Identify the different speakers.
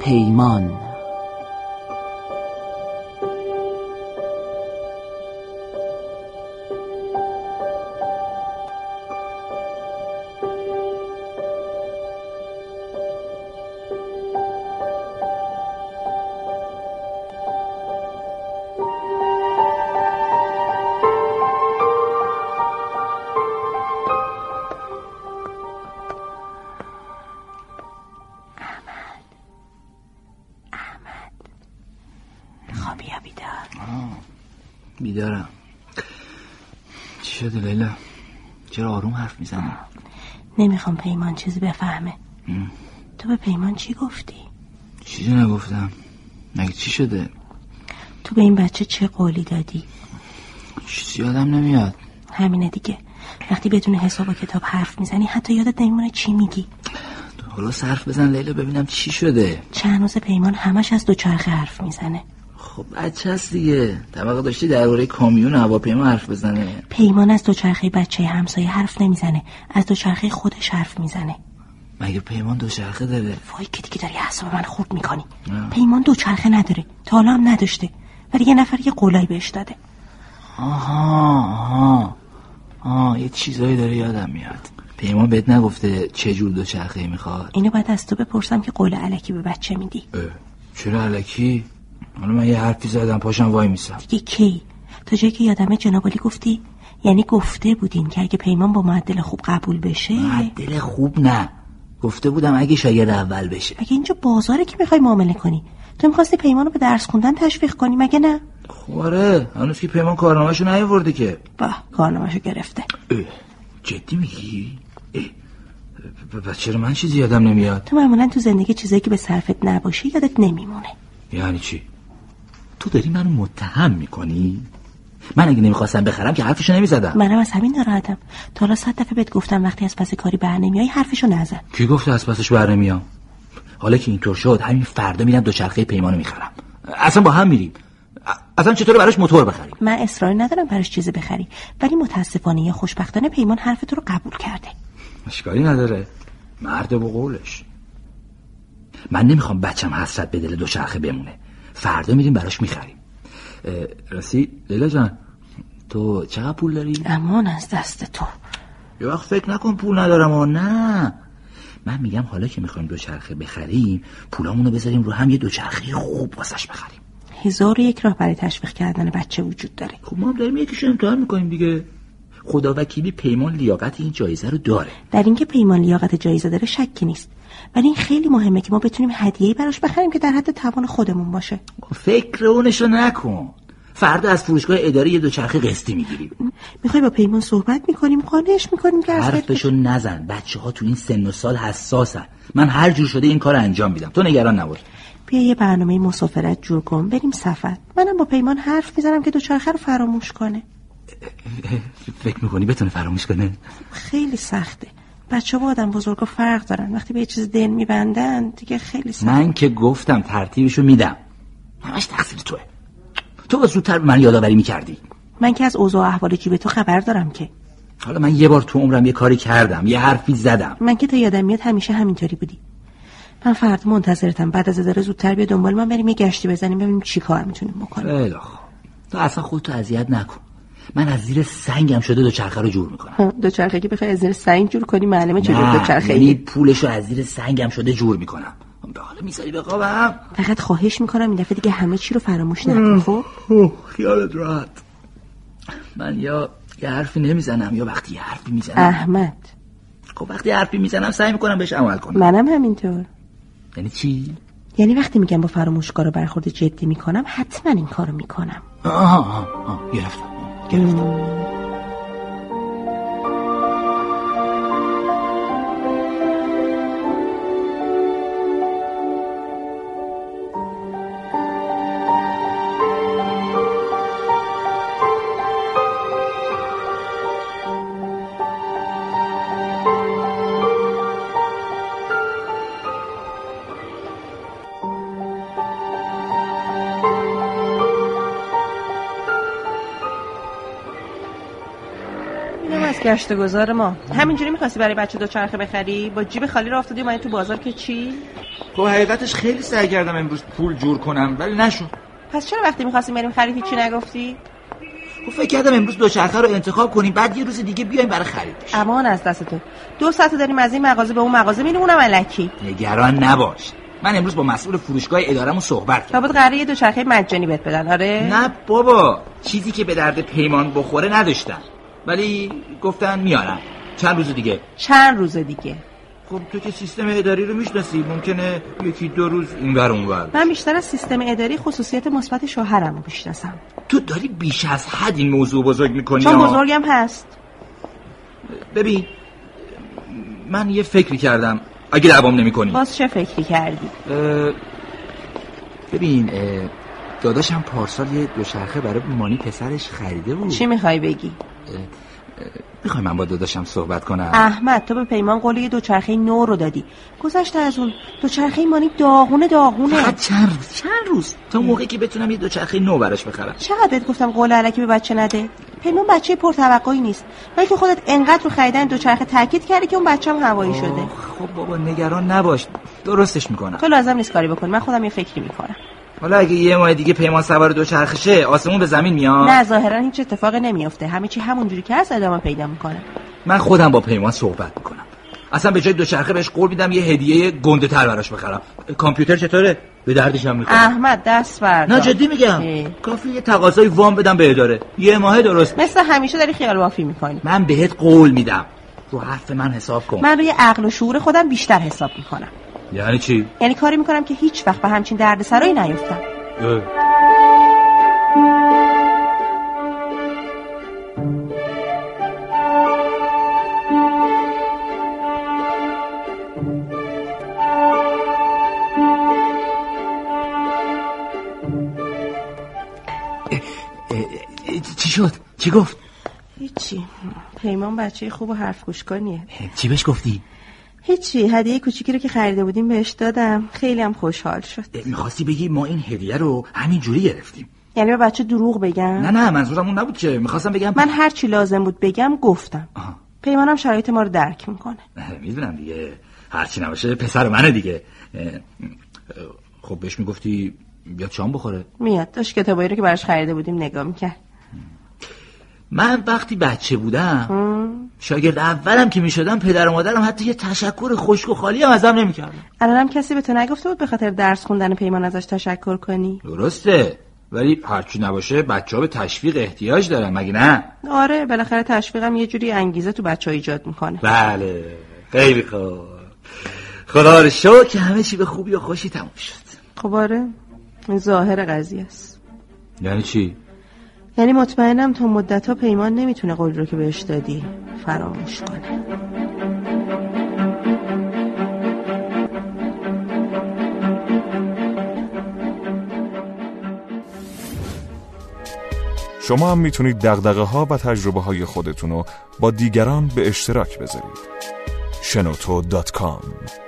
Speaker 1: پیمان
Speaker 2: خوابی یا بیدار
Speaker 3: بیدارم چی شده لیلا چرا آروم حرف میزنی
Speaker 2: نمیخوام پیمان چیزی بفهمه تو به پیمان چی گفتی؟
Speaker 3: چیزی نگفتم مگه چی شده
Speaker 2: تو به این بچه چه قولی دادی؟
Speaker 3: چیزی یادم نمیاد
Speaker 2: همینه دیگه وقتی بدون حساب و کتاب حرف میزنی حتی یادت نمیمونه چی میگی
Speaker 3: تو حالا صرف بزن لیلا ببینم چی شده
Speaker 2: چند روز پیمان همش از دوچرخه حرف میزنه
Speaker 3: خب بچه هست دیگه طبقه داشتی درباره کامیون و هواپیما حرف بزنه
Speaker 2: پیمان از دوچرخه بچه همسایه حرف نمیزنه از دوچرخه خودش حرف میزنه
Speaker 3: مگه پیمان دوچرخه داره
Speaker 2: وای که دیگه داری اعصاب من خورد میکنی
Speaker 3: آه.
Speaker 2: پیمان دوچرخه نداره تا حالا هم نداشته ولی یه نفر یه قولایی بهش داده
Speaker 3: آها آها آه یه چیزایی داره یادم میاد پیمان بهت نگفته چه جور دوچرخه میخواد
Speaker 2: اینو بعد از تو بپرسم که قول علکی به بچه میدی
Speaker 3: اه، چرا علکی حالا من یه حرفی زدم پاشم وای میسم
Speaker 2: دیگه کی تا جایی که یادمه جنابالی گفتی یعنی گفته بودین که اگه پیمان با معدل خوب قبول بشه
Speaker 3: معدل خوب نه گفته بودم اگه شاگرد اول بشه
Speaker 2: مگه اینجا بازاره که میخوای معامله کنی تو میخواستی پیمان رو به درس خوندن تشویق کنی مگه نه
Speaker 3: خب آره هنوز که پیمان کارنامهشو نیاورده که
Speaker 2: با کارنامهشو گرفته
Speaker 3: اه، جدی میگی اه، ب- ب- چرا من چیزی یادم نمیاد
Speaker 2: تو معمولا تو زندگی چیزایی که به صرفت نباشه یادت نمیمونه
Speaker 3: یعنی چی تو داری منو متهم میکنی من اگه نمیخواستم بخرم که حرفشو نمیزدم
Speaker 2: منم از همین ناراحتم تا حالا صد دفعه بهت گفتم وقتی از پس کاری بر نمیای حرفشو نزن
Speaker 3: کی گفته از پسش برنمیام حالا که اینطور شد همین فردا میرم دوچرخه پیمانو میخرم اصلا با هم میریم ا- اصلا چطور براش موتور بخریم
Speaker 2: من اصرار ندارم براش چیزی بخری ولی متاسفانه یا خوشبختانه پیمان حرف تو رو قبول کرده
Speaker 3: اشکالی نداره مرد با قولش من نمیخوام بچم حسرت به دل دوچرخه بمونه فردا میریم براش میخریم راستی لیلا جان تو چقدر پول داری؟
Speaker 2: امان از دست تو
Speaker 3: یه وقت فکر نکن پول ندارم و نه من میگم حالا که میخوایم دوچرخه بخریم پولامونو بذاریم رو هم یه دوچرخه خوب واسش بخریم
Speaker 2: هزار و یک راه برای تشویق کردن بچه وجود داره
Speaker 3: خب ما هم داریم یکیشو امتحان میکنیم دیگه خدا وکیلی پیمان لیاقت این جایزه رو داره
Speaker 2: در اینکه پیمان لیاقت جایزه داره شکی نیست ولی این خیلی مهمه که ما بتونیم هدیه‌ای براش بخریم که در حد توان خودمون باشه
Speaker 3: فکر اونشو نکن فردا از فروشگاه اداره یه دوچرخه قسطی میگیریم
Speaker 2: میخوای با پیمان صحبت میکنیم قانعش میکنیم که از خیر-
Speaker 3: حرفشو نزن بچه ها تو این سن و سال حساسن من هر جور شده این کار رو انجام میدم تو نگران نباش
Speaker 2: بیا یه برنامه مسافرت جور کن بریم سفر منم با پیمان حرف میزنم که دوچرخه رو فراموش کنه
Speaker 3: فکر میکنی بتونه فراموش کنه
Speaker 2: خیلی سخته بچه با آدم بزرگا فرق دارن وقتی به یه چیز دل میبندن دیگه خیلی سخت
Speaker 3: من که گفتم ترتیبشو میدم همش تقصیر توه تو با زودتر به من یادآوری میکردی
Speaker 2: من که از اوضاع و احوال جیب تو خبر دارم که
Speaker 3: حالا من یه بار تو عمرم یه کاری کردم یه حرفی زدم
Speaker 2: من که تا یادم میاد همیشه همینطوری بودی من فردا منتظرتم بعد از اداره زودتر بیا دنبال من بریم یه گشتی بزنیم ببینیم چی کار میتونیم بکنیم
Speaker 3: خیلی خوب تو اصلا خودتو اذیت نکن من از زیر سنگم شده دوچرخه رو جور میکنم
Speaker 2: دوچرخه که بخوای از زیر سنگ جور کنی معلمه چجور
Speaker 3: نه
Speaker 2: دوچرخه
Speaker 3: یعنی
Speaker 2: ای
Speaker 3: پولشو از زیر سنگم شده جور میکنم خب، حالا میذاری به قابم
Speaker 2: فقط خواهش میکنم این دفعه دیگه همه چی رو فراموش نکن خب
Speaker 3: اوه، خیالت راحت من یا یه حرفی نمیزنم یا وقتی یه حرفی میزنم
Speaker 2: احمد
Speaker 3: خب وقتی یه حرفی میزنم سعی میکنم بهش عمل کنم
Speaker 2: منم همینطور
Speaker 3: یعنی چی؟
Speaker 2: یعنی وقتی میگم با فراموشکارا برخورد جدی میکنم حتما این کارو میکنم
Speaker 3: آها آها آه، گرفتم گرفتم
Speaker 2: اینم از گشت گذار ما همینجوری میخواستی برای بچه دوچرخه بخری با جیب خالی را افتادی اومدی تو بازار که چی
Speaker 3: با حقیقتش خیلی سعی کردم امروز پول جور کنم ولی نشد
Speaker 2: پس چرا وقتی میخواستیم بریم خرید هیچی نگفتی
Speaker 3: خب فکر کردم امروز دوچرخه رو انتخاب کنیم بعد یه روز دیگه بیایم برای خریدش
Speaker 2: امان از دست تو دو ساعت داریم از این مغازه به اون مغازه میریم اونم علکی
Speaker 3: نگران نباش من امروز با مسئول فروشگاه ادارمون صحبت کردم
Speaker 2: لابد قراره یه دوچرخه مجانی بهت بدن آره
Speaker 3: نه بابا چیزی که به درد پیمان بخوره نداشتم ولی گفتن میارن چند روز دیگه
Speaker 2: چند روز دیگه
Speaker 3: خب تو که سیستم اداری رو میشناسی ممکنه یکی دو روز اینور اونور
Speaker 2: من بیشتر از سیستم اداری خصوصیت مثبت شوهرم رو میشناسم
Speaker 3: تو داری بیش از حد این موضوع بزرگ میکنی
Speaker 2: چون بزرگم هست
Speaker 3: ببین من یه فکری کردم اگه دعوام نمیکنی
Speaker 2: باز چه فکری کردی
Speaker 3: اه، ببین اه، داداشم پارسال یه دوچرخه برای مانی پسرش خریده بود
Speaker 2: چی میخوای بگی
Speaker 3: میخوای من با داداشم صحبت کنم
Speaker 2: احمد تو به پیمان قول یه دوچرخه نو رو دادی گذشته از اون دوچرخه مانی داغونه داغونه
Speaker 3: فقط چند روز چند روز تا موقعی که بتونم یه دوچرخه نو براش بخرم
Speaker 2: چقدر بهت گفتم قول علکی به بچه نده پیمان بچه پرتوقعی نیست ولی تو خودت انقدر رو خریدن دوچرخه تاکید کردی که اون بچه هم هوایی شده
Speaker 3: آه، خب بابا نگران نباش درستش میکنم
Speaker 2: تو لازم نیست کاری بکنی من خودم یه فکری میکنم
Speaker 3: حالا اگه یه ماه دیگه پیمان سوار دوچرخه شه آسمون به زمین میاد
Speaker 2: نه ظاهرا هیچ اتفاقی نمیفته همه چی همونجوری که هست ادامه پیدا میکنه
Speaker 3: من خودم با پیمان صحبت میکنم اصلا به جای دوچرخه بهش قول میدم یه هدیه گنده تر براش بخرم کامپیوتر چطوره به دردش هم میخوره
Speaker 2: احمد دست بردار
Speaker 3: نه جدی میگم
Speaker 2: اه.
Speaker 3: کافی یه تقاضای وام بدم به اداره یه ماه درست
Speaker 2: مثل همیشه داری خیال بافی میکنی
Speaker 3: من بهت قول میدم رو حرف من حساب کن
Speaker 2: من روی عقل و شعور خودم بیشتر حساب میکنم
Speaker 3: یعنی چی
Speaker 2: یعنی کاری میکنم که هیچ وقت به همچین دردسرایی نیفتم
Speaker 3: اه. اه، اه، چی شد چی گفت
Speaker 2: هیچی پیمان بچه خوب و حرف گوشکنیه
Speaker 3: چی بهش گفتی
Speaker 2: هیچی هدیه کوچیکی رو که خریده بودیم بهش دادم خیلی هم خوشحال شد
Speaker 3: میخواستی بگی ما این هدیه رو همین جوری گرفتیم
Speaker 2: یعنی به بچه دروغ بگم
Speaker 3: نه نه منظورم اون نبود که میخواستم بگم
Speaker 2: من هر چی لازم بود بگم گفتم
Speaker 3: آها.
Speaker 2: پیمانم شرایط ما رو درک میکنه
Speaker 3: نه، میدونم دیگه هرچی نباشه پسر منه دیگه اه، اه، خب بهش میگفتی بیا چام بخوره
Speaker 2: میاد داشت کتابایی رو که براش خریده بودیم نگاه میکرد
Speaker 3: من وقتی بچه بودم شاگرد اولم که میشدم پدر و مادرم حتی یه تشکر خشک و خالی هم ازم نمیکردم
Speaker 2: الانم کسی به تو نگفته بود به خاطر درس خوندن پیمان ازش تشکر کنی
Speaker 3: درسته ولی هرچی نباشه بچه ها به تشویق احتیاج دارن مگه نه
Speaker 2: آره بالاخره تشویقم یه جوری انگیزه تو بچه ایجاد میکنه
Speaker 3: بله خیلی خوب خدا رو شکر که همه چی به خوبی و خوشی تموم شد
Speaker 2: خب آره این ظاهر قضیه است
Speaker 3: یعنی چی
Speaker 2: یعنی مطمئنم تا مدت ها پیمان نمیتونه قول رو که بهش دادی فراموش کنه
Speaker 1: شما هم میتونید دقدقه ها و تجربه های خودتون رو با دیگران به اشتراک بذارید شنوتو.com